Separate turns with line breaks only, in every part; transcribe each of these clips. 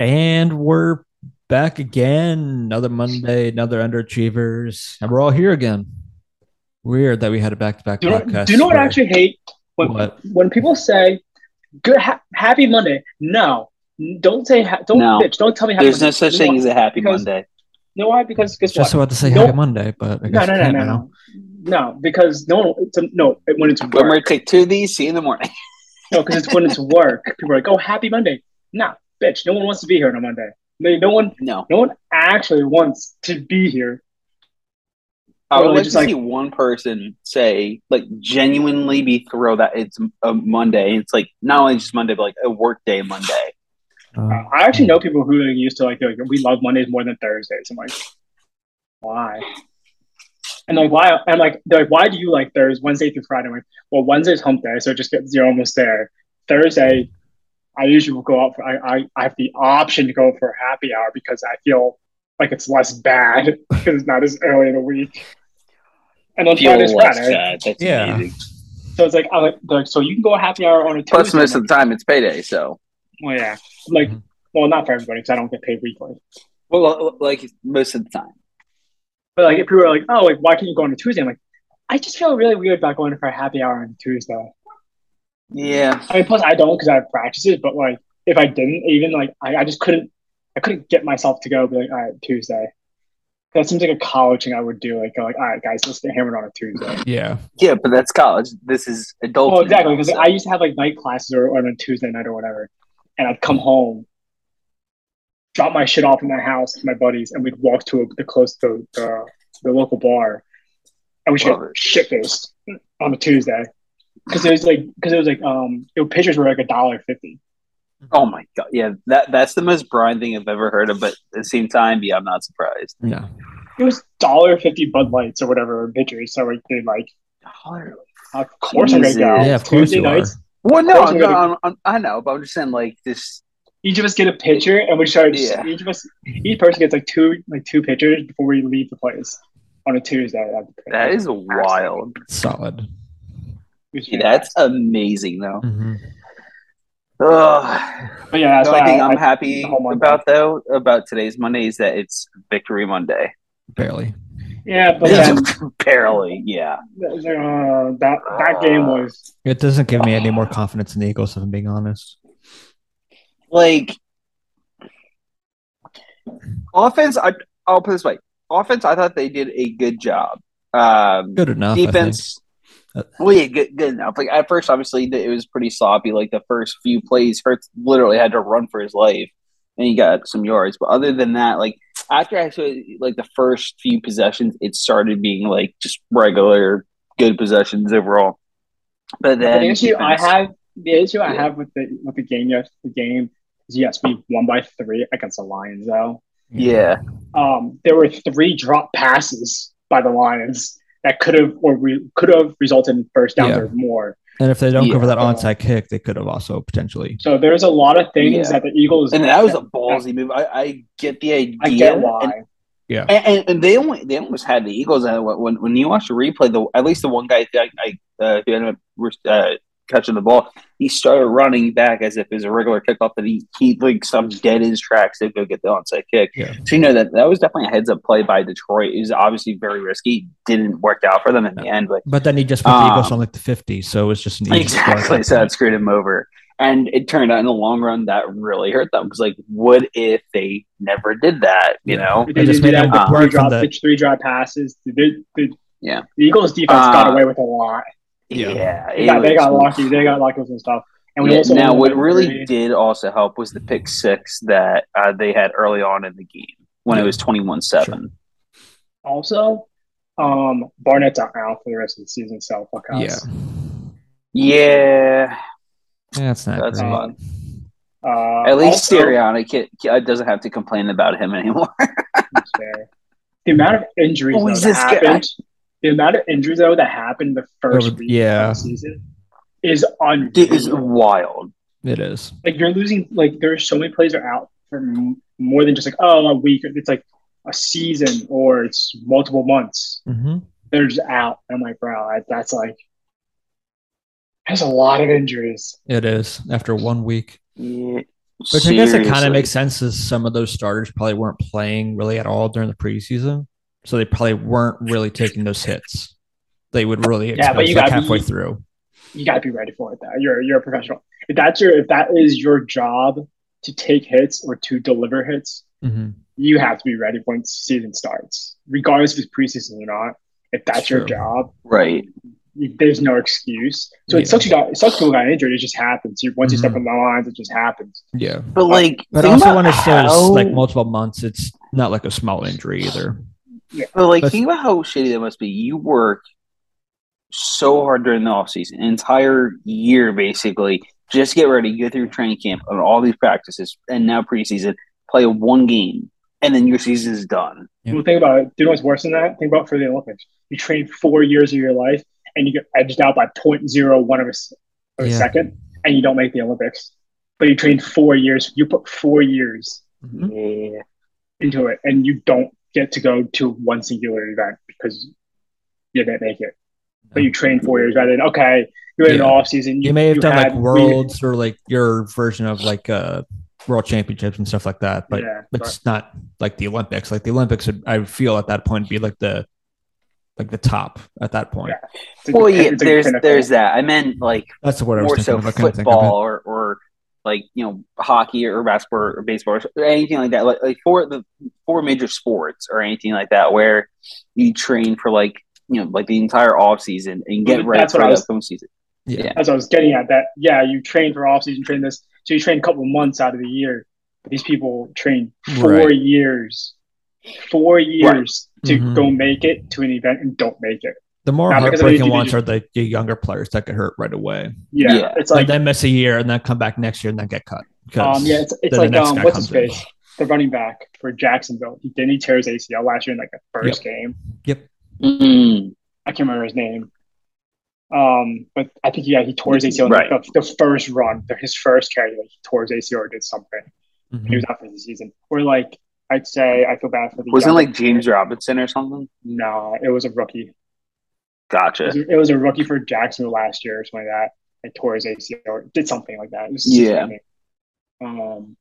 And we're back again. Another Monday, another underachievers. And we're all here again. Weird that we had a back to back
Do you, know,
podcast.
do you know what I
where-
actually hate? When,
What?
when people say, good, ha- happy Monday. No, don't say, ha- don't
No.
bitch. Don't tell me happy
There's no
Monday.
such
You know
thing
why?
as a happy
Because-
Monday.
You know why? Because guess
Just
what?
about to say
No-
happy Monday, but I
No,
guess
no,
I
no,
can't
no,
now.
no. No, because no one, it's a, no, when it's
When we're
work.
take two of these, see you in the morning.
No, because it's when it's work. People are like, oh, happy Monday. No, bitch. No one wants to be here on a Monday. No, no one,
No,
no one actually wants to be here.
I
Or
would like
just
to
like-
see one person say, like, genuinely be thrilled that it's a Monday. It's like not only just Monday, but like a work day Monday.
Uh,
I actually know people who are used to like, they're like, we love Mondays more than Thursdays. I'm like, why? And like why? And like they're like, why do you like Thursday, Wednesday through Friday? I'm like, well, Wednesday's hump day, so it just gets you're almost there. Thursday, I usually will go out. For, I, I I have the option to go for happy hour because I feel like it's less bad because it's not as early in the week. And on Friday's Friday,
That's
Yeah.
amazing.
so it's like I like, they're like so you can go a happy hour on a Tuesday.
Plus, most
I'm
of the time it's payday. So,
like, well, yeah, I'm like
Mhm.
well, not for everybody because I don't get paid weekly.
well, uh, like most of the time.
But like, if people are like, "Oh, like, why can't you go on a Tuesday?" I'm like, I just feel really weird about going for a happy hour on Tuesday.
Yeah.
I mean, plus I don't because I have practices. But like, if I didn't, even like, I, I just couldn't, I couldn't get myself to go. Be like, all right, Tuesday. That seems like a college thing I would do. Like, go like, all right, guys, let's get hammered on a Tuesday.
yeah.
Yeah, but that's college. This is adult.
Well, exactly because
now,
I used to have like night classes or, or on a Tuesday night or whatever, and I'd come home, drop my shit off in my house with my buddies, and we'd walk to a, the close to the, the local bar, and we should
Love
get
it.
shit faced on a Tuesday because it was like because it was like um it, pictures were like a dollar fifty.
so- Oh my god. Yeah, that that's the most Brian thing I've ever heard of. But at the same time, yeah, I'm not surprised.
Yeah.
It was dollar fifty Bud Lights or whatever pictures. So like they like of course I'm gonna go.
Yeah,
Yeah, of course
Tuesday
you are.
nights,
Well,
Of
no,
course
I'm,
we're gonna-
I'm, I'm, I know, but I'm just saying, like, this.
Each of us get a picture, and we start.
Yeah.
Each of us, each person gets like two, like two pictures before we leave the place on a Tuesday. That'd be
That is wild.
Solid.
Which-
That's amazing, though.
Mhm.
Ugh.
But yeah, that's
the
why
only thing
I,
I'm
am
happy
the whole Monday.
about, though, about today's Monday is that it's Victory Monday.
Barely.
Oh, yeah, but
Yeah.
then
Barely, yeah.
uh, that that game was
It doesn't give me any more confidence in the Eagles, if I'm being honest.
Like, offense, I, I'll put it this way offense, I thought they did a good job. Um,
Good enough. I think.
defense.
Uh,
Well, yeah, good, good enough. Like at first, obviously, th- it was pretty sloppy. Like the first few plays, Hurts literally had to run for his life, and he got some yards. But other than that, like after actually, like the first few possessions, it started being like just regular good possessions overall. But then
the issue I
defense-
have. The issue I
Yeah.
have with the with the game yes the game is yes we won by three against the Lions though.
yeah,
Um, there were three drop passes by the Lions that could have or we could have resulted in first downs
Yeah.
or more.
And if they don't
Yeah.
cover that onside kick, they could have also potentially.
So there's a lot of things
Yeah.
that the Eagles
and that was a ballsy move. I, I get the idea.
I get
and-
why.
And, and, and they only they almost had the Eagles. And when when you watch the replay, the at least the one guy that I, I uh, who ended up uh, catching the ball, he started running back as if it was a regular kickoff, and he he like some dead in his tracks to go get the onside kick.
Yeah.
So you know that that was definitely a heads up play by Detroit. It was obviously very risky. Didn't work out for them in the end, but
But then he just put the
Um,
Eagles on like the 50, so it was just an easy score at
Exactly.
that
So
point.
that screwed him over. And it turned out in the long run that really hurt them because, like, what if they never did that? You
Yeah.
know,
They
I just
did
made
that
a good
with
word
three
from
drop,
the-
three drop passes. The, the,
Yeah.
the Eagles defense got
Uh,
away with a lot.
Yeah.
They
it
got, they
was-
got lucky. They got lucky with some stuff. And we
Yeah,
also
now,
won
what
by
really
three.
did also help was the pick six that uh, they had early on in the game when it was 21 7.
also, um, Barnett's out now for the rest of the season. So fuck
Yeah.
us.
Yeah.
That's not
That's
great.
fun.
Um, Uh,
At least
also-
Sirianni can, can, doesn't have to complain about him anymore.
That's fair. The amount of injuries
Who
though,
is
that
this guy?
happened. The amount of injuries though that happened the first
Over-
week
yeah.
of the season is unreal.
it is wild.
It is.
like you're losing like there's so many plays that are out for m- more than just like oh a week it's like a season or it's multiple months
Mm-hmm.
they're just out i'm like bro I, that's like that's a lot of injuries
It is. After one week.
Yeah.
Which I guess it kind of makes sense as some of those starters probably weren't playing really at all during the preseason. So they probably weren't really taking those hits. They would really
Yeah, but
expose
you
like
gotta be-
halfway through.
you gotta be ready for it. That you're you're a professional. If that's your if that is your job to take hits or to deliver hits,
hmm
you have to be ready when season starts, regardless if it's preseason or not. If that's your
True.
job,
Right.
you- there's no excuse. So
Yeah.
it sucks you got it sucks people got injured. It just happens. You, once you step
Mhm.
on the lines, it just happens.
Yeah.
But like,
But
think
also
about
when it says
how-
like multiple months, it's not like a small injury either.
But like,
That's-
think about how shitty that must be. You work so hard during the off season, an entire year basically, just get ready, get through training camp and all these practices, and now preseason, play one game, and then your season is done.
Yeah.
Well, think about it. Do you know what's worse than that? Think about for the Olympics. You train four years of your life, and you get edged out by 0.01 of a, s- of a
Yeah.
second, and you don't make the Olympics. But you trained four years. You put four years
Mhm.
Yeah.
into it, and you don't get to go to one singular event because you didn't make it. But you trained four years rather than okay, you're in
Yeah.
an off season.
You may have done like
had-
worlds or like your version of like uh world championships and stuff like that, but
yeah,
but it's not like the Olympics. Like the Olympics, would, I feel at that point be like the like the top at that point.
it's a-
Well, yeah,
it's a
there's
pinnacle.
there's that. I meant like
That's what I was
more
thinking
so
of. I couldn't think of it.
football or or like you know hockey or basketball or baseball or anything like that. Like like for the four major sports or anything like that, where you train for like you know like the entire off season and get
Well,
ready
that's
for
what I
the
was-
upcoming season.
That's what I was getting at. That yeah, you train for off season, train this, so you train a couple months out of the year. But these people train four
Right.
years, four years to
Mhm.
go make it to an event and don't make it.
The more
Not because of
heartbreaking
AGD.
ones are the, the younger players that get hurt right away.
Yeah,
Yeah.
it's
Like
like
they miss a year and then come back next year and then get cut. 'Cause-
um, yeah, it's, it's
the
like
next
um,
guy
what's his
comes in.
face, the running back for Jacksonville. He didn't he tear his ACL last year in like the first game.
Yep.
Mm.
I can't remember his name. Um, but I think yeah, he tore his ACL in
Right.
like, the, the first run, the- his first carry, like he tore his ACL or did something.
Mhm.
He was out for the season. Or like I'd say I feel bad for the
Wasn't it
young-
like James Robinson or something?
No, it was a rookie. It
Gotcha.
was a, it was a rookie for Jacksonville last year or something like that. Like tore his ACL or did something like that. It was
Yeah.
suspended. Um,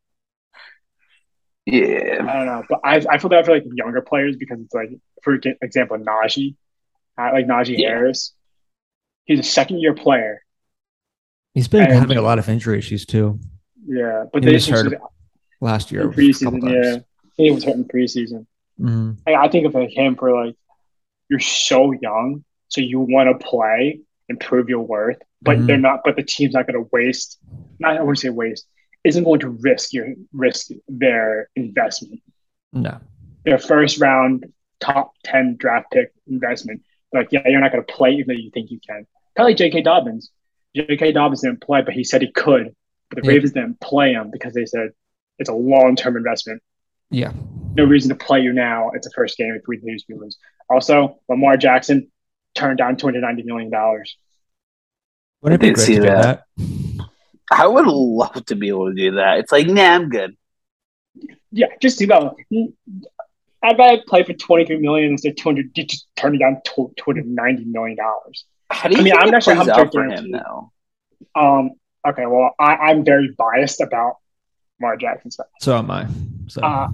Yeah.
I don't know, but I, I feel bad for like younger players because it's like, for ge- example, Najee, uh, like Najee
Yeah.
Harris, he's a second year player.
He's been
and-
having a lot of injury issues too
Yeah, but
He
they
was
just
hurt last year.
in
a couple
preseason. Yeah,
times.
he was hurt in preseason.
Mhm.
Like, I think of like him for like you're so young, so you want to play and prove your worth, but
Mhm.
they're not. But the team's not going to waste. Not I wouldn't say waste. Isn't going to risk your risk their investment,
No.
their first round top ten draft pick investment. Like yeah, you're not going to play even though you think you can. Kind of like J.K. Dobbins. J.K. Dobbins didn't play, but he said he could. But the
Yeah.
Ravens didn't play him because they said it's a long term investment
Yeah.
no reason to play you now. It's the first game. If we lose, we lose. Also, Lamar Jackson turned down two hundred ninety million dollars.
Wouldn't it be
did
great
see
to do
that.
that?
I would love to be able to do that. It's like, nah, I'm good.
Yeah, just do that. I'd rather play for twenty three million instead of two hundred. Just turning down two hundred ninety million dollars.
How do you
I mean,
think
I'm
it
not sure how
plays
much I
out for him
guarantee.
though?
Um. Okay. Well, I, I'm very biased about Lamar Jackson stuff.
So am I. So
Uh,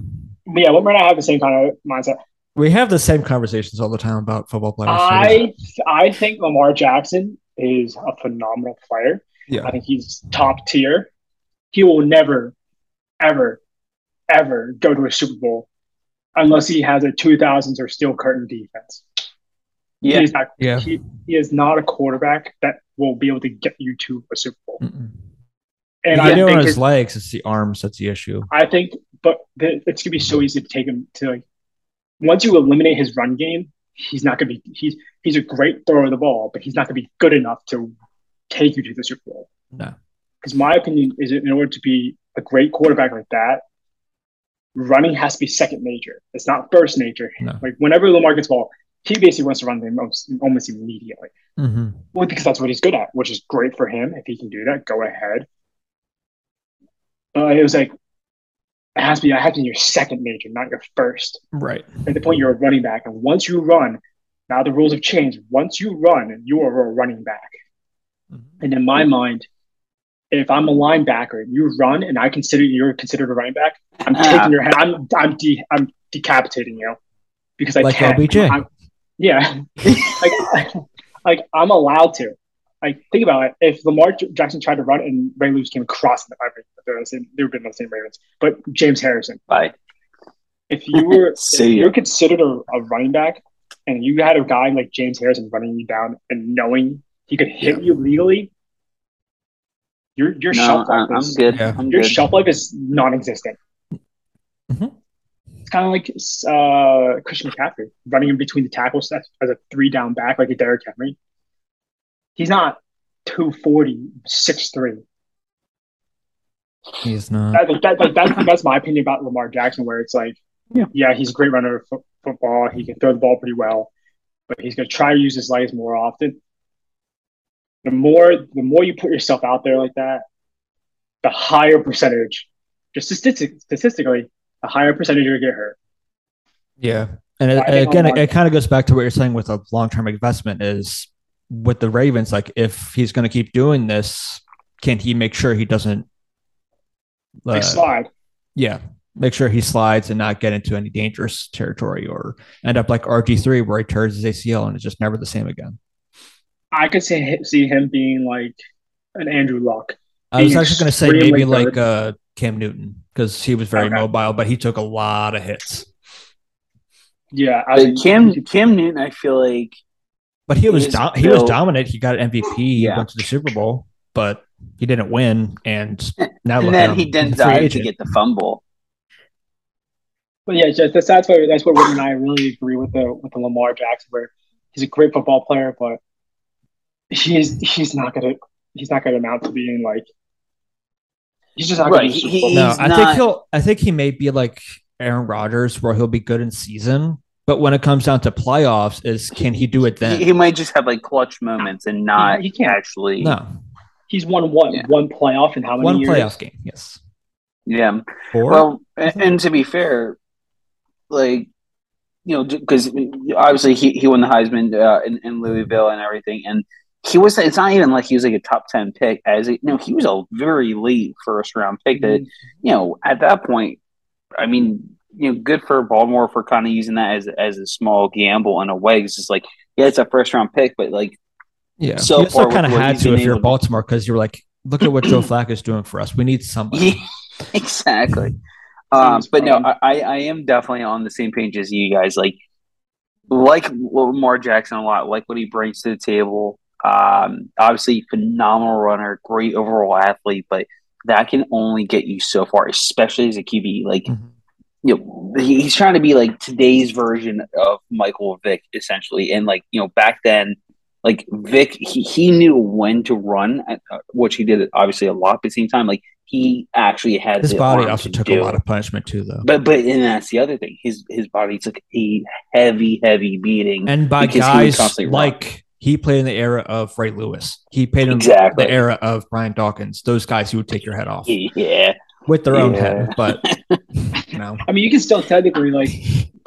But yeah, Lamar and I have the same kind of mindset.
we have the same conversations all the time about football players. so-
I I think Lamar Jackson is a phenomenal player. I
yeah.
think he's top tier. He will never, ever, ever go to a Super Bowl unless he has a 2000s or steel curtain defense.
Yeah.
He's not,
Yeah.
he, he is not a quarterback that will be able to get you to a Super Bowl.
Mm-mm.
And
He's
I
doing
think,
his
his-
legs. It's the arms that's the issue.
I think, but the, it's going to be so easy to take him to like, once you eliminate his run game, he's not going to be, he's, he's a great thrower of the ball, but he's not going to be good enough to take you to the Super Bowl.
No.
because my opinion is that in order to be a great quarterback like that, running has to be second nature. It's not first nature.
No.
Like whenever Lamar gets the ball, he basically wants to run the most almost immediately.
hmm
Well, because that's what he's good at, which is great for him. If he can do that, go ahead. But it was like it has to be it has to be your second nature, not your first.
Right.
At the point you're a running back, and once you run, now the rules have changed. Once you run, you are a running back.
Mhm.
And in my mind, if I'm a linebacker and you run and I consider you're considered a running back, I'm taking your head. I'm I'm de- I'm decapitating you because I
Like
can't.
LBJ.
I'm- yeah, like, like I'm allowed to. Like think about it. If Lamar J- Jackson tried to run and Ray Lewis came across in the five, they're the same. They would have been the same Ravens. But James Harrison,
Bye.
if you were if
See ya.
you're considered a, a running back and you had a guy like James Harrison running you down and knowing he could hit you legally, your your
No,
shelf
I-
life
I'm
is
good.
Yeah.
I'm
your
good.
shelf life is non-existent.
Mhm.
It's kind of like uh, Christian McCaffrey running in between the tackles as, as a three-down back like a Derrick Henry. He's not 240, 6'3".
He's not.
that, like, that, like, that's, that's my opinion about Lamar Jackson, where it's like, yeah, he's a great runner of fo- football. He can throw the ball pretty well, but he's going to try to use his legs more often. The more the more you put yourself out there like that, the higher percentage, just statistic, statistically, the higher percentage you're going to get hurt.
Yeah. And it,
I think
again, it,
Lamar-
it kind of goes back to what you're saying with a long term investment is with the Ravens. Like, if he's going to keep doing this, can he make sure he doesn't?
Like
uh,
slide.
yeah, make sure he slides and not get into any dangerous territory or end up like RG three where he tears his ACL and it's just never the same again.
I could see, see him being like an Andrew Luck.
I was
Being
actually going to say
extremely
maybe like
dirty.
uh, Cam Newton because he was very
Okay.
mobile, but he took a lot of hits.
Yeah, I
But
would-
Cam Cam Newton, I feel like
But he
He
was
is
dom- he was
built-
dominant. He got an MVP. He
Yeah.
went to the Super Bowl, but he didn't win. And now look
and
at
then
him.
he didn't
He's a free
dive to
agent.
get the fumble.
But yeah, just that's, that's where that's where Wood and I really agree with the with the Lamar Jackson, where he's a great football player, but he's he's not gonna he's not gonna amount to being like he's just not gonna
Right,
be a Super
he-
Bowl
he-
player.
No,
He's
I think
not-
he'll. I think he may be like Aaron Rodgers, where he'll be good in season, but when it comes down to playoffs, is can he do it then?
He, he might just have like clutch moments and not
He can't.
actually.
no,
he's won one
Yeah.
one playoff in how many
one
years?
playoff game. Yes,
Yeah.
four.
Well, and, and to be fair, like you know, because obviously he, he won the Heisman uh, in, in Louisville and everything, and he was. It's not even like he was like a top ten pick. As a, no, he was a very late first round pick. That
Mm-hmm.
you know, at that point, I mean, you know, good for Baltimore for kind of using that as as a small gamble in a way. It's just like yeah, it's a first round pick, but like
yeah,
so
you also
far
kind of
with what
had
he's
to
been
if you're
able to-
Baltimore because you're like, look at what Joe Flacco is doing for us. We need somebody.
Yeah, exactly. Um,
Seems
but no,
fun.
I, I I am definitely on the same page as you guys. Like, like Lamar Jackson a lot. Like what he brings to the table. Um, obviously, phenomenal runner, great overall athlete, but that can only get you so far, especially as a QB. Like,
Mhm.
you know, he- he's trying to be like today's version of Michael Vick, essentially. And like, you know, back then, like Vick, he, he knew when to run, uh, which he did obviously a lot, but at the same time, like he actually had
His
the
body
arm
also
to
took
do
a lot
it.
of punishment too, though.
But but and that's the other thing. His his body took a heavy heavy beating.
and by
because he would
guys
constantly run.
like he played in the era of Ray Lewis. He played in
Exactly.
the era of Brian Dawkins. Those guys who would take your head off
Yeah,
with their own
Yeah.
head, but no.
I mean, you can still technically like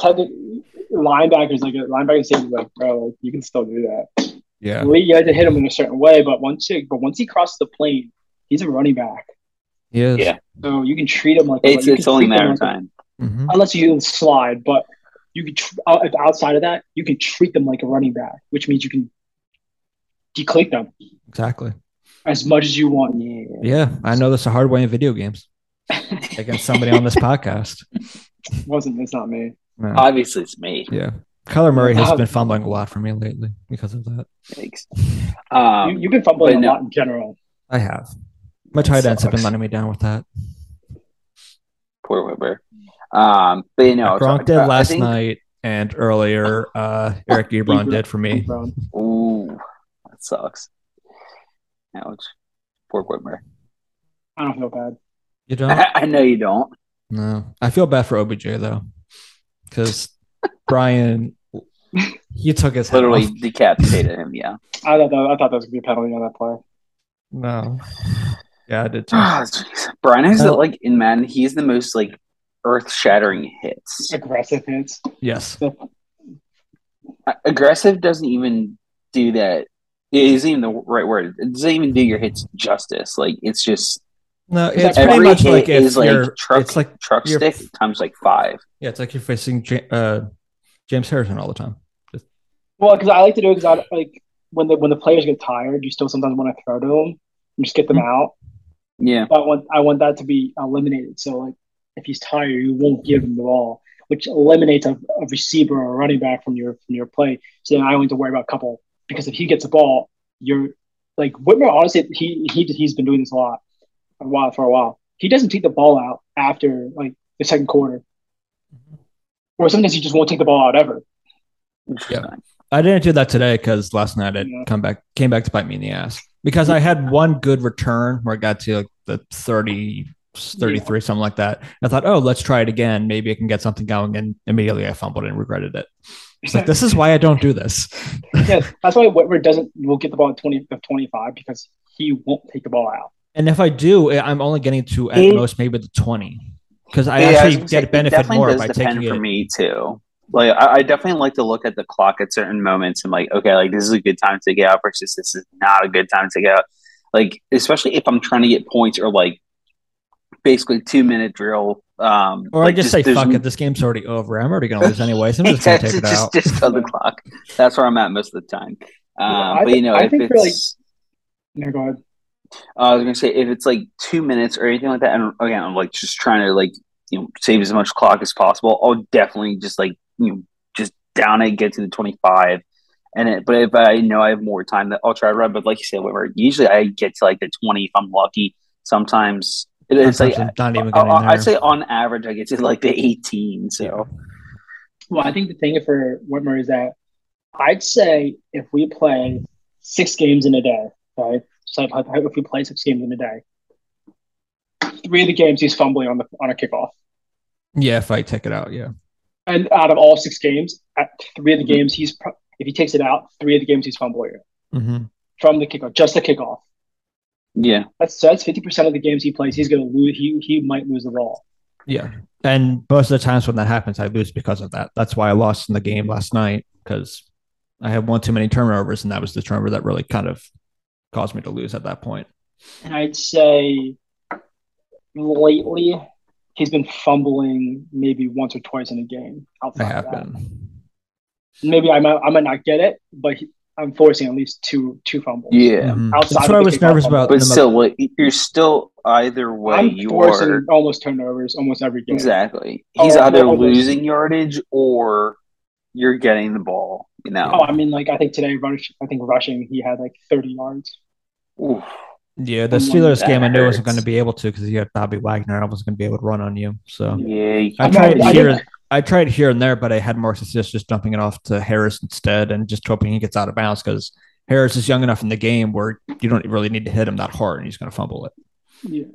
technically linebackers like a linebacker safety like bro, like, you can still do that.
Yeah.
Well, You had to hit him in a certain way, but once you, but once he crosses the plane, he's a running back,
He is.
Yeah.
so you can treat him like a-
it's
you
it's
can
only a
treat him
matter of
like a-
time.
Mhm.
unless you slide. But you can tr- out- if outside of that, you can treat them like a running back, which means you can declick them
Exactly.
as much as you want.
Yeah. I know that's a hard way in video games against somebody on this podcast.
It wasn't it's not me?
No.
Obviously, it's me.
yeah. Kyler Murray
uh,
has been fumbling a lot for me lately because of that.
Thanks. Um,
you, you've been fumbling
but
a
no.
lot in general.
I have. My tight ends have been
Sucks.
letting me down with that.
poor Weber. Um, but you know,
Gronk did
I- I
last
think-
night and earlier uh, Eric Ebron
Ebron.
did for me.
Brown.
Ooh, that sucks. Ouch. Poor Whitmer.
I don't feel bad.
You don't?
I know you don't.
No, I feel bad for OBJ though, because Brian, he took his head
Literally
off.
decapitated him. Yeah.
I thought that, I thought that was gonna be a penalty on that play.
No, yeah, I did. Too.
Oh, jeez. Brian has the,
Oh.
like in Madden. He's the most like earth-shattering hits.
Aggressive hits.
yes,
A- Aggressive doesn't even do that it isn't even the right word. It doesn't even do your hits justice. Like it's just
No,
It's
it's
like
pretty
every
much
hit
like if
is
you're,
like truck,
it's like
truck
you're-
stick times like five.
yeah, it's like you're facing Ja- uh, James Harrison all the time.
Well, because I like to do it because I like when the when the players get tired, you still sometimes want to throw to them and just get them out.
Yeah,
But I want I want that to be eliminated. So like if he's tired, you won't give him the ball, which eliminates a, a receiver or a running back from your from your play. So then I don't have to worry about a couple because if he gets the ball, you're like Whitmer. Honestly, he he he's been doing this a lot, a while for a while. He doesn't take the ball out after like the second quarter, or sometimes he just won't take the ball out ever.
Interesting.
I didn't do that today because last night it
Yeah.
come back came back to bite me in the ass because I had one good return where I got to like the 30, 33, something like that. I thought, oh, let's try it again. Maybe I can get something going. And immediately I fumbled and regretted it. It's like, this is why I don't do this.
yes, that's why Whitmer doesn't will get the ball at 20 of 25 because he won't take the ball out.
And if I do, I- I'm only getting to at
It-
most maybe the 20 because I
Yeah, was
actually
gonna say,
get benefit
definitely
more
does
by
depend
taking
for
it.
me too. Like I, I definitely like to look at the clock at certain moments and like, okay, like this is a good time to get out versus this is not a good time to get out. Like especially if I'm trying to get points or like basically two minute drill. Um,
Or
like
I just, say,
there's-
fuck it, this game's already over. I'm already going to lose anyway. So I'm just going to
Exactly,
take it
just,
out.
just on the clock. That's where I'm at most of the time. Um,
Yeah, I
but you
think-
know,
I
if
think
it's,
really- No, go ahead.
uh, I was gonna say if it's like two minutes or anything like that, and again, I'm like just trying to like you know save as much clock as possible. I'll definitely just like you know just down it, get to the 25, and it, but if I know I have more time, that I'll try to run. But like you said, whatever. Usually I get to like the 20 if I'm lucky. Sometimes it- it's like.
Sometimes I'm not even
I-
getting
I-
there.
I'd say on average, I get to like the 18. So
Well, I think the thing for Whitmer is that I'd say if we play six games in a day, right? So if, if we play six games in a day, three of the games he's fumbling on the on a kickoff,
yeah, if I take it out, yeah.
and out of all six games, at three of the
Mhm.
games he's pro- if he takes it out, three of the games he's fumbling it
hmm
from the kickoff, just the kickoff.
yeah,
That's so that's fifty percent of the games he plays. He's gonna lose. He he might lose the ball.
Yeah. And most of the times when that happens, I lose because of that. That's why I lost in the game last night because I had one too many turnovers, and that was the turnover that really kind of caused me to lose at that point.
And I'd say lately he's been fumbling maybe once or twice in a game.
I
Outside
have
of that.
been.
Maybe I might I might not get it, but he, I'm forcing at least two two fumbles.
yeah.
Mhm.
Outside
That's
of
what I
the
was
kickoff
nervous
fumble.
about. in
But
the mo-
still, like, you're still either way.
I'm
you
forcing
are
almost turnovers almost every game.
Exactly.
Oh,
He's
well,
either
well, well.
losing yardage or you're getting the ball. You
Oh,
know.
I mean, like I think today, rush, I think rushing, he had like 30 yards.
Oof.
yeah, the
Someone
Steelers
that
game, I knew I wasn't
hurts.
going to be able to because you had Bobby Wagner, and I wasn't going to be able to run on you. So
Yeah. you
Um, I
I'm
can't-
tried
not- I
here.
didn't-
I tried here and there, but I had more success just dumping it off to Harris instead, and just hoping he gets out of bounds because Harris is young enough in the game where you don't really need to hit him that hard, and he's going to fumble it.
Yeah.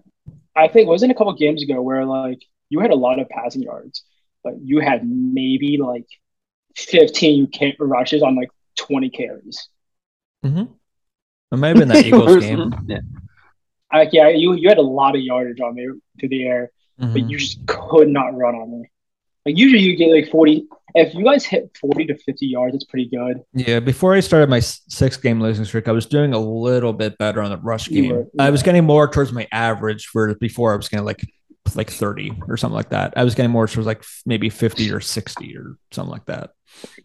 I think wasn't it a couple games ago where like you had a lot of passing yards, but you had maybe like 15 ca- rushes on like 20 carries.
It might have been that Eagles game.
Yeah.
Like yeah, you you had a lot of yardage on me through the air,
Mhm.
but you just could not run on me. Like usually you get like 40. If you guys hit 40 to 50 yards, that's pretty good.
Yeah, before I started my six game losing streak, I was doing a little bit better on the rush
You
game.
were-
I was getting more towards my average where before I was getting like like 30 or something like that. I was getting more towards like f- maybe 50 or 60 or something like that.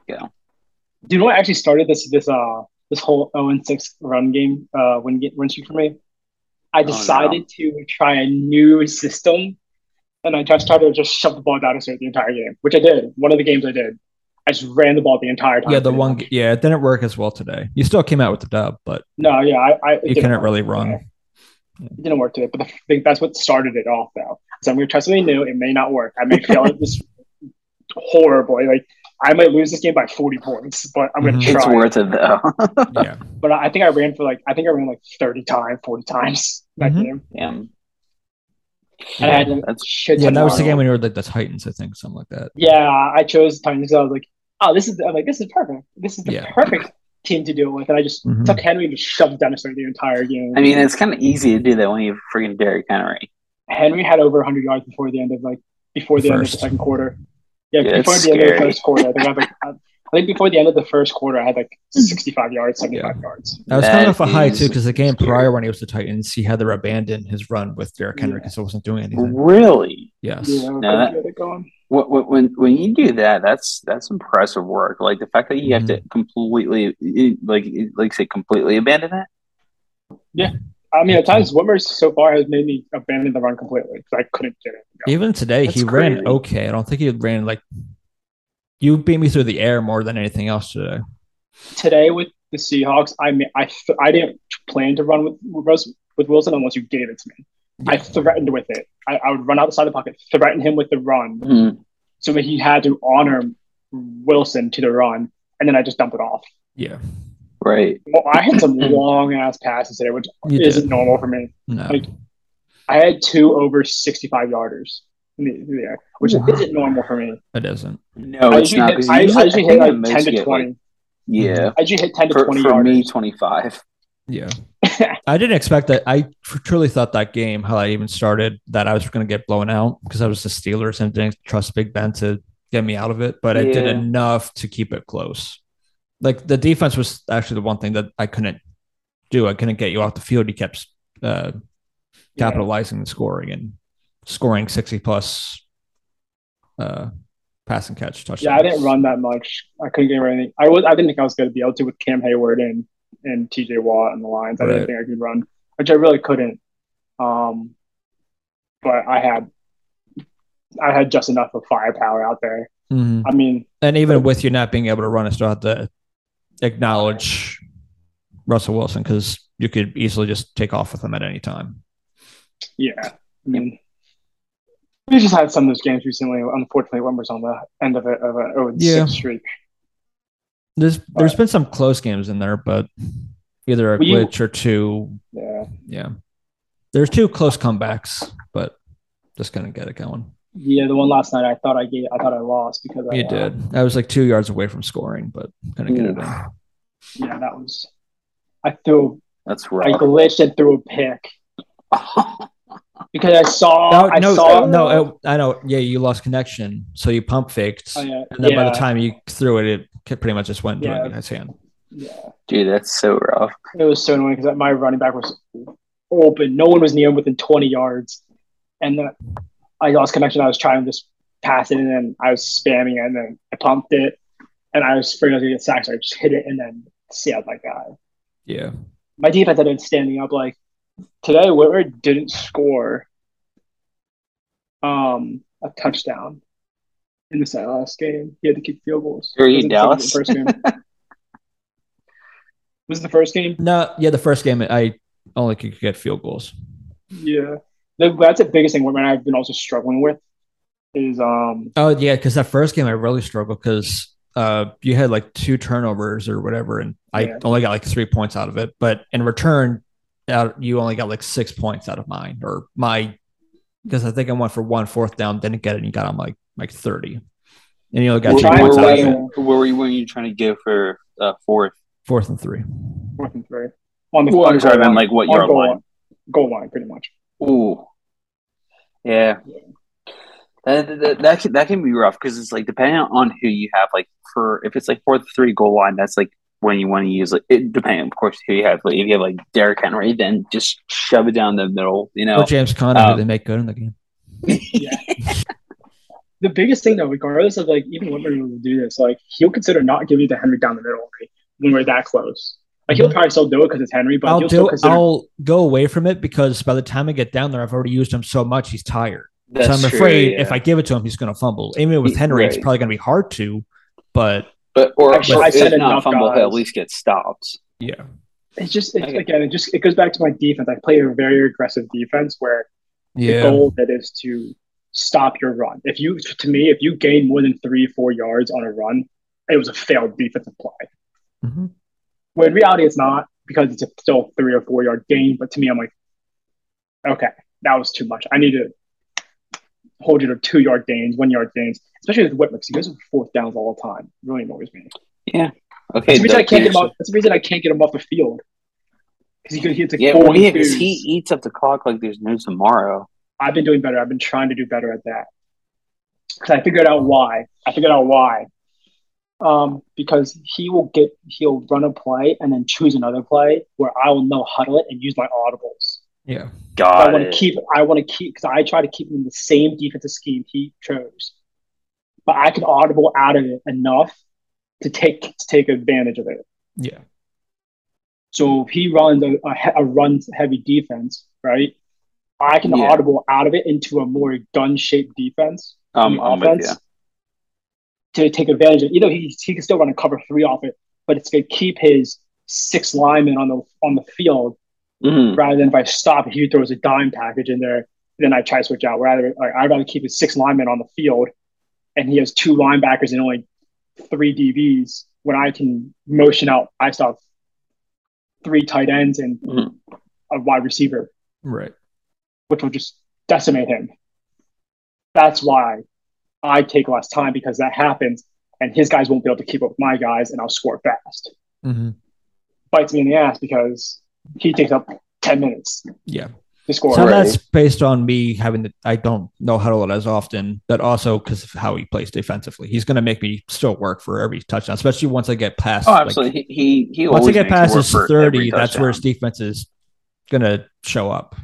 Do you know what actually started this this uh this whole 0 and 6 run game uh win get win streak for me?
Oh,
I
no.
decided to try a new system, and I just tried to just shove the ball down his throat the entire game, which I did. One of the games I did, I just ran the ball the entire time.
Yeah, the
pretty
one
much.
g- yeah, it didn't work as well today. You still came out with the dub, but
No, yeah, I, I it
you
didn't
couldn't
work.
really run.
It didn't work today, but I think that's what started it off. Though, so I'm gonna try something new. It may not work. I may fail at this horribly. Like I might lose this game by 40 points, but I'm gonna
Mhm.
try.
It's worth it though.
Yeah.
but I I think I ran for like I think I ran like thirty times, forty times that
Mhm.
game,
yeah.
and I had
Yeah,
like,
that's-
shit.
Yeah,
ton
that was the
more.
game when you were like the Titans, I think, something like that.
Yeah, I chose the Titans because I was like, oh, this is I'm like this is perfect. This is the
Yeah.
perfect team to deal with, and I just
Mhm.
took Henry and just shoved it down his throat the entire game.
I mean, it's kind of easy to do that when you have freaking Derrick Henry.
Henry had over hundred yards before the end of like before the end of
First.
the second quarter. Yeah,
Yeah,
before
it's
the end of
scary.
the first quarter, I think I was like, I- I think before the end of the first quarter, I had like 65 yards, 75 yards.
That was
That
kind of a high
is
too, because the game
scary.
prior when he was the Titans, he had to abandon his run with Derrick Henry
Yeah.
because it wasn't doing anything.
Really?
Yes.
Yeah,
Now
I
that-
couldn't get it going.
Wh- wh- When when you do that, that's that's impressive work. Like the fact that you have
Mm-hmm.
to completely, eh, like eh, like say, completely abandon that.
I mean, at times, Wimmer so far has made me abandon the run completely because I couldn't get it. going.
Even today, he
That's
ran
crazy.
okay. I don't think he ran like you beat me through the air more than anything else today.
Today with the Seahawks, I mean, I, th- I didn't plan to run with with with Wilson unless you gave it to me. I threatened with it. I, I would run outside the pocket, threaten him with the run,
Mm-hmm.
so that he had to honor Wilson to the run, and then I just dump it off.
Yeah.
Right.
Well, I had some long ass passes today, which
You
isn't
did.
normal for me.
No.
Like- I had two over 65 yarders in the, in the air, which
Wow.
isn't normal for me.
It isn't.
No,
I
Oh, it's
usually
not.
hit,
'cause
I,
usually-
I usually
I
hit
think the
like
most
10
you
to
get,
20.
like- yeah.
I usually hit 10 to
For,
20
for
yarders.
me, twenty five.
Yeah. I didn't expect that. I tr- truly thought that game, how I even started, that I was going to get blown out because I was the Steelers and didn't trust Big Ben to get me out of it. But I did
Yeah.
enough to keep it close. Like the defense was actually the one thing that I couldn't do. I couldn't get you off the field. You kept uh,
Yeah.
capitalizing and scoring and scoring 60 plus uh, pass and catch touchdowns.
Yeah, I didn't run that much. I couldn't get anything. I was. I didn't think I was going to be able to with Cam Hayward and and T.J. Watt and the Lions. I
Right.
didn't think I could run, which I really couldn't. Um, but I had, I had just enough of firepower out there.
Mhm.
I mean,
And even with you not being able to run, I still have to acknowledge Russell Wilson because you could easily just take off with him at any time.
yeah. I mean, we just had some of those games recently. Unfortunately, when we're on the end of a of a oh, it's
Yeah.
six streak.
There's there's been some close games in there, but either a
Well, you-
glitch or two.
Yeah.
Yeah, there's two close comebacks, but just gonna get it going.
Yeah, the one last night I thought I gave, I thought I lost because I
You
uh,
did. I was like two yards away from scoring, but gonna get it
Ooh.
in.
Yeah, that was. I threw.
That's
I
rough.
glitched and threw a pick. because I saw
No,
I
no, uh,
saw
no. it- I know. Yeah, you lost connection, so you pump faked,
Oh, yeah.
and then by
Yeah.
the time you threw it, it pretty much just went into
Yeah.
the guy's hand.
yeah.
Dude, that's so rough.
It was so annoying because my running back was open. No one was near him within 20 yards, and then I lost connection. I was trying to just pass it, and then I was spamming it, and then I pumped it, and I was afraid I was gonna get sacked, so I just hit it and then sailed my guy.
Yeah.
My defense ended up standing up. Like today, Whitmer didn't score um a touchdown in this last game. He had to kick field goals.
Are you
It was the
Dallas?
First game. was it the first game?
No, yeah, the first game I only could get field goals.
Yeah, The- that's the biggest thing. Whitmer and I've been also struggling with is um
Oh yeah, because that first game I really struggled because uh, you had like two turnovers or whatever, and I
Yeah.
only got like three points out of it. But in return, out you only got like six points out of mine or my because I think I went for one fourth down, didn't get it, and you got on like like thirty, and you only got
Well,
two
I
points out of
was-
it,
were, were you, were you trying to go for uh, fourth?
fourth and three.
fourth and three on the
Well, I'm sorry, I meant
line.
like what
On
yard
goal
line?
goal line, pretty much.
Ooh, yeah. That, that, that, can, that can be rough because it's like depending on who you have. Like for if it's like fourth three goal line, that's like when you want to use like it depending, of course, who you have. Like if you have like Derrick Henry, then just shove it down the middle. You know,
Or James Conner, who
Um,
they make good in the game.
The biggest thing though, regardless of like even Whitmer will do this, like he'll consider not giving it to Henry down the middle like, when we're that close. Like he'll
Mhm.
probably still do it because it's Henry, but
I'll
he'll
do.
still consider.
I'll go away from it because by the time I get down there, I've already used him so much. He's tired.
that's
so I'm
true,
afraid
yeah.
if I give it to him, he's going to fumble. Even with
He-
Henry, it's
right.
probably going to be hard to. But
but or
Actually,
or
I said
if not
enough,
fumble,
guys.
he'll at least get stopped.
yeah,
It's just it's,
Okay.
again, it just it goes back to my defense. I play a very aggressive defense where the goal that is to stop your run. If you to me, if you gain more than three four yards on a run, it was a failed defensive play.
Mhm.
Well, in reality, it's not because it's a still three or four yard gain. But to me, I'm like, okay, that was too much. I need to hold you to two yard gains, one yard gains, especially with Whitmer because he goes for fourth downs all the time. It really annoys me.
Okay,
That's the reason I can't
Doug
get him
Peterson.
off. That's the reason I can't get him off the field because he could hit the
Yeah,
four
well, yeah,
and
'cause
twos.
he eats up the clock like there's no tomorrow.
I've been doing better. I've been trying to do better at that. Because I figured out why. I figured out why. um, because he will get he'll run a play and then choose another play where I will no huddle it and use my audibles.
Yeah.
I
Got
want
it.
to keep I want to keep because I try to keep him in the same defensive scheme he chose, but I can audible out of it enough to take to take advantage of it.
Yeah.
So if he runs a, a, he- a run heavy defense, right? I can
Yeah.
audible out of it into a more gun shaped defense
Um,
the
I'm with you.
to take advantage of. You know, he, he can still run a cover three off it, but it's going to keep his six linemen on the on the field
Mhm.
rather than if I stop, he throws a dime package in there. Then I try to switch out. Rather, like, I'd rather keep his six linemen on the field, and he has two linebackers and only three DBs. When I can motion out, I stop three tight ends and
Mhm.
a wide receiver,
Right.
which will just decimate him. That's why I take less time because that happens, and his guys won't be able to keep up with my guys, and I'll score fast.
Mm-hmm.
Bites me in the ass because he takes up ten minutes
Yeah.
to score.
So
Right.
that's based on me having the I don't know huddle it as often, but also because of how he plays defensively. He's going to make me still work for every touchdown, especially once I get past.
Oh,
like,
absolutely. he he, he
once I
always
get
makes
past
work
his
for every
thirty, that's where his
touchdown.
defense is going to show up.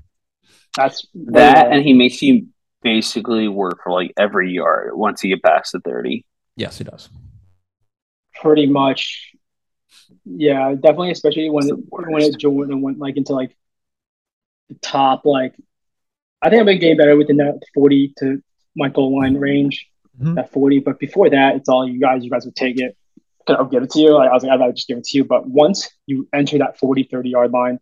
That's
that and he makes you basically work for like every yard once you get past the thirty.
Yes, he does.
pretty much, yeah, definitely. Especially when
It's
it,
the
when it
worst.
joined and went like into like the top. Like, I think I've been getting better within that forty to my goal line range,
Mm-hmm.
Mhm.
that forty. But before that, it's all you guys. You guys would take it. Can I give it to you? Like, I was like, I'd rather just give it to you. But once you enter that 40, 30 yard line,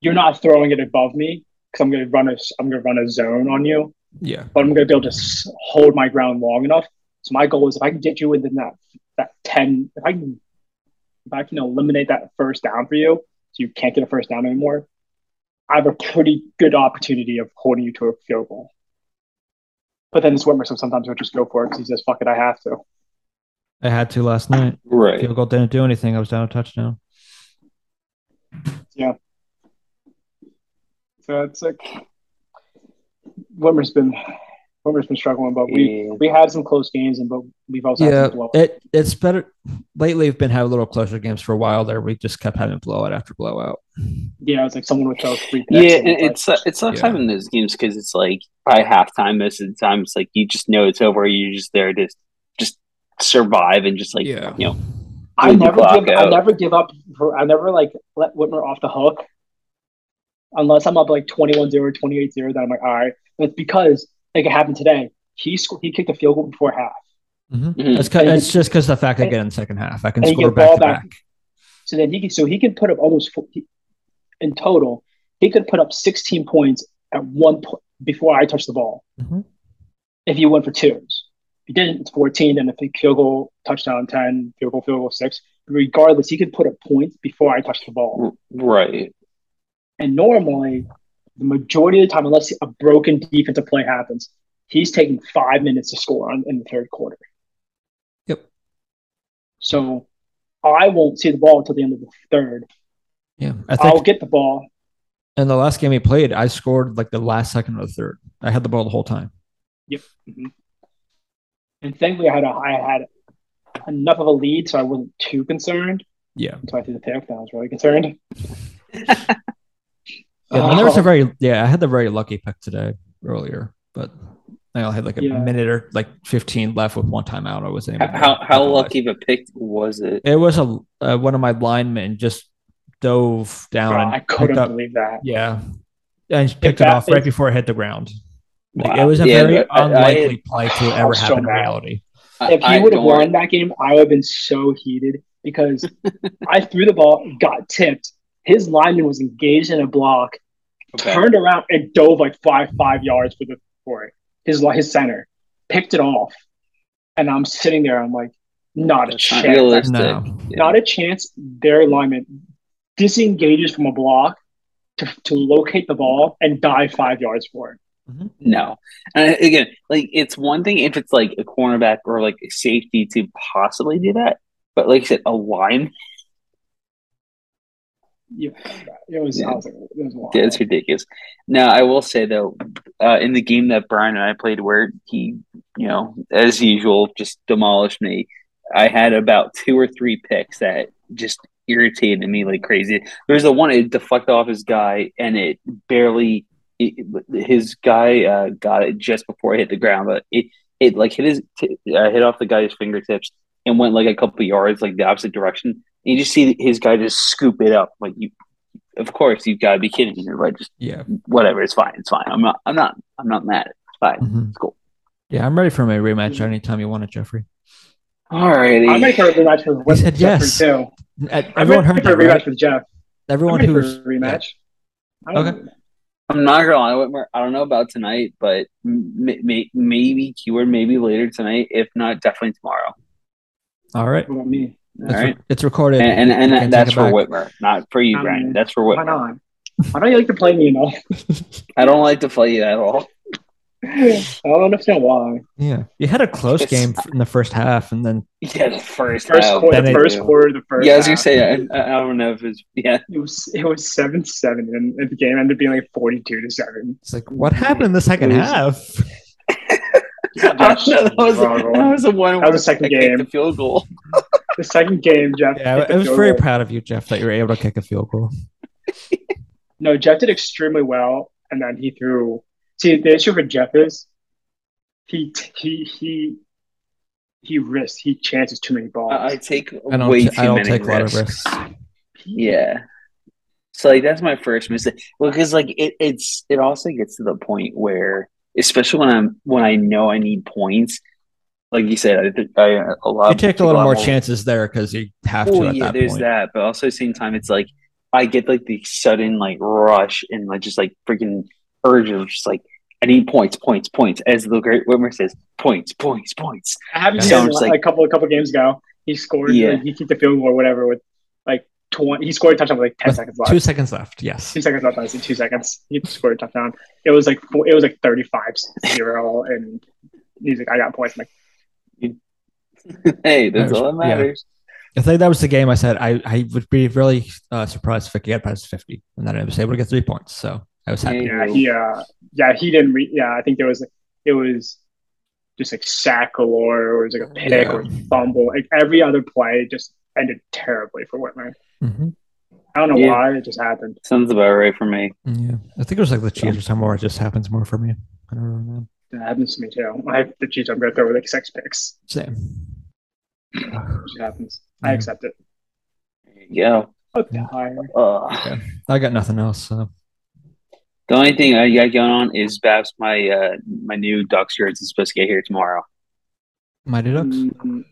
you're not throwing it above me because I'm gonna run a I'm gonna run a zone on you.
Yeah.
but I'm going to be able to s- hold my ground long enough. So my goal is if I can get you within that that ten, if I can if I can eliminate that first down for you, so you can't get a first down anymore, I have a pretty good opportunity of holding you to a field goal. But then it's Whitmer, so sometimes he'll just go for it because he says, "Fuck it, I have to."
I had to last night.
Right.
Field goal didn't do anything. I was down a touchdown.
So it's like Whitmer's been Whitmer's been struggling, but we we had some close games, and but we've also
Yeah,
had some blowouts.
it it's better. Lately, we've been having little closer games for a while. There, we just kept having blowout after blowout.
yeah, it's like someone would throw three. picks
Yeah,
and
and
like-
it's uh, it sucks
Yeah.
having those games because it's like by halftime most of the time it's like you just know it's over. You're just there to just survive and just like
Yeah.
you know
I
Dude, you
never
clock
give. I
out.
never give up. For, I never like let Whitmer off the hook, unless I'm up like 21-0, 28-0. Then I'm like, all right. But it's because like it happened today. He sc- he kicked a field goal before half,
mhm.
It's, 'cause-
Hmm. And-
it's just because the fact I get in the second half, I can
and you
score
get ball
back to
back.
back.
so then he can, so he can put up almost fo- he- in total. He could put up sixteen points at one point before I touched the ball.
Mhm.
If he went for twos, if he didn't. It's fourteen, and if he field goal touchdown ten, field goal field goal six. Regardless, he could put up points before I touched the ball.
right.
And normally, the majority of the time, unless a broken defensive play happens, he's taking five minutes to score on, in the third quarter.
Yep.
So I won't see the ball until the end of the third.
Yeah, I think
I'll get the ball.
in the last game he played, I scored like the last second or the third. I had the ball the whole time.
And thankfully, I had a, I had enough of a lead, so I wasn't too concerned.
Yeah,
Until I threw the pick, then I was really concerned.
yeah. and there was a
Oh.
very yeah. I had the very lucky pick today earlier, but I only had like a
Yeah.
minute or like fifteen left with one timeout. I wasn't able. to
How how
capitalize.
lucky of a pick was it?
It was a uh, one of my linemen just dove down
Bro,
and
I
picked
couldn't
up.
believe that.
Yeah, and picked it
that
off right
is-
before it hit the ground. Like,
Wow.
It was a
Yeah,
very
I- I-
unlikely play to
I
ever
was so
happen in
mad.
reality.
I-
If
I
he would have
don't-
won that game, I would have been so heated because I threw the ball, got tipped. His lineman was engaged in a block,
Okay.
turned around and dove like five five yards for the for it. His li- his center picked it off, and I'm sitting there. I'm like, not a
That's not
chance.
realistic.
No,
Yeah.
Not a chance. Their lineman disengages from a block to, to locate the ball and dive five yards for it.
No. And again, like it's one thing if it's like a cornerback or like a safety to possibly do that, but like I said, a line,
Yeah, it was. I was like, it was wild.
yeah, it's ridiculous. Now, I will say though, uh, in the game that Brian and I played, where he, you know, as usual, just demolished me. I had about two or three picks that just irritated me like crazy. There was the one it deflected off his guy, and it barely it, his guy uh, got it just before it hit the ground, but it it like hit his t- uh, hit off the guy's fingertips and went like a couple yards like the opposite direction. And you just see his guy just scoop it up like you. Of course, you've got to be kidding me, right? Just
Yeah.
whatever, it's fine, it's fine. I'm not, I'm not, I'm not mad. It's fine,
Mhm.
it's cool.
Yeah, I'm ready for my rematch anytime you want it, Jeffrey.
All righty.
I'm ready for a rematch
He
with
said
with Jeffrey
yes.
too.
Ed-
I'm
Everyone
ready
heard
for a
that,
rematch
right?
with Jeff. I'm
Everyone
ready for a
who's
rematch. I
Okay.
don't-
I'm not gonna lie. Whitmer, I don't know about tonight, but m- may- maybe keyword maybe later tonight. If not, definitely tomorrow.
all right.
What about me?
All
It's,
right,
re- it's recorded.
and and,
You can
and that's
take
for
it back.
Whitmer, not for you,
Um,
Brandon. That's for
Why
Whitmer.
not? Why don't you like to play me, you know?
I don't like to play you at all.
I don't understand why.
yeah, you had a close
It's-
game in the first half, and then
Yeah, the first
First
half.
quarter,
Then
the
I
first
do.
quarter, the first.
Oh, Yeah, I was gonna
half.
say. I, I don't know if it's yeah.
It was it was seven seven, and the game ended up being like forty two to seven.
it's like, what happened in the second
Lose.
half?
I don't know. That was
Struggle.
that was the one.
That was the second game.
The field goal.
The second game, Jeff.
Yeah,
hit the
I was
field
very
goal.
proud of you, Jeff, that you were able to kick a field goal.
No, Jeff did extremely well, and then he threw. See, the issue for Jeff is he he he he risks he chances too many balls.
I, Uh, I take
I don't.
way
t-
too
I don't
many
take a lot of
risks.
risks.
Yeah. So like that's my first mistake. Well, because like it, it's it also gets to the point where, especially when I'm when I know I need points, like you said, I, think I a lot
You take a little
lot
more chances there because you have to
Well,
at
yeah,
that
there's
point.
that, but also at the same time, it's like I get like the sudden like rush and like just like freaking urge of just like I need points, points, points, as the great Whitmer says, points, points, points.
I have him
Yeah.
in,
Sounds
like,
like-
a couple a couple games ago. He scored.
Yeah.
Like, he kicked a field goal or whatever with like twenty. He scored a touchdown with like ten
With
seconds left.
Two seconds left. Yes.
two seconds left. I said two seconds. He scored a touchdown. It was like four, it was like 35-0, and he's like, I got points. I'm like,
hey,
There's-
that's all that
yeah.
matters.
I think that was the game I said I, I would be really uh, surprised if I could get past 50 and then I was able to get three points. So I was happy.
yeah, he, uh, yeah, he didn't. Re- yeah, I think there was it was just like sack galore, or it was like a pick
Yeah.
or fumble. Like every other play just ended terribly for Whitmer.
Mhm.
I don't know
Yeah.
why it just happened.
Sounds about right for me.
Yeah. I think it was like the Chiefs or somewhere. It just happens more for me. I don't remember.
That happens to me too. I have the Chiefs. I'm gonna throw like six picks.
Same.
It happens. I
Yeah.
accept it.
Yeah.
I'm
Yeah.
tired.
Uh,
I got nothing else. So
The only thing I got going on is Babs, my uh, my new duck shirts is supposed to get here tomorrow.
Mighty Ducks.
Mm, I'm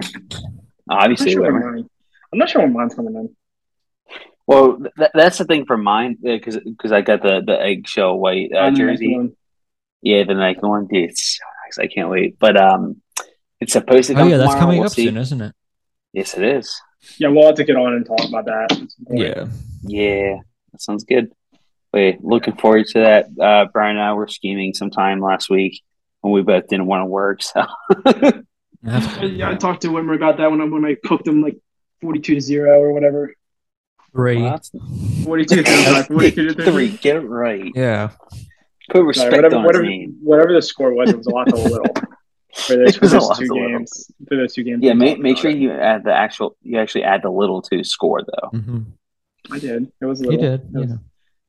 not
Obviously,
sure when
we're-
mine- I'm not sure when mine's coming in.
well, th- that's the thing for mine because I got the the eggshell white uh,
Oh,
I'm not
jersey.
feeling-
Yeah, the Nike one. Dude, it's so nice. I can't wait. But um, it's supposed to
Oh
come.
yeah, that's
tomorrow.
coming
We'll
up
see.
soon, isn't it?
Yes, it is.
Yeah, we'll have to get on and talk about that. at some point.
Yeah.
Yeah, that sounds good. Wait, looking forward to that. Uh, Brian and I were scheming sometime last week, and we both didn't want to work. So
That's cool.
Yeah, I talked to Wimmer about that when I when I cooked him like forty two to zero or whatever.
Three.
Well,
Forty two to three, forty two to
three.
three.
Get it right.
Yeah.
Put respect
Sorry, whatever,
on
whatever,
his name.
whatever the score was, it was a lot to little for those,
It
for
was a
those
lot
two
to little.
games. For those two games,
Yeah,
we
make,
talked
make
about
sure
it.
you add the actual. You actually add the little to score though,
hmm
I did. It was a
He
little.
did.
It
Yeah.
was-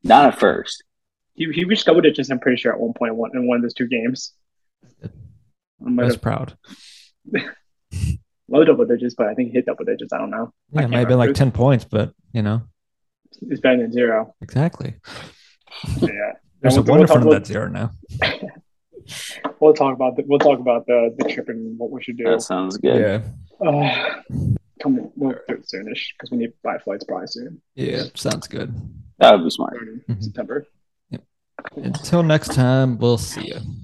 not at first.
He he reached double digits. I'm pretty sure at one point one in one of those two games. I
I
might
was
have
proud.
low double digits, but I think he hit double digits. I don't know.
Yeah, it
can't
might have been like
remember.
10 points, but you know,
It's better than zero.
exactly.
Yeah,
There's a
we'll- we'll
one in front
talk-
of that zero now.
we'll talk about the, we'll talk about the the trip and what we should do.
That sounds good.
Uh, come we'll do it soonish because we need to buy flights probably soon,
Yeah. Sounds good.
That would be smart.
starting
Mhm.
September.
Until next time, we'll see you.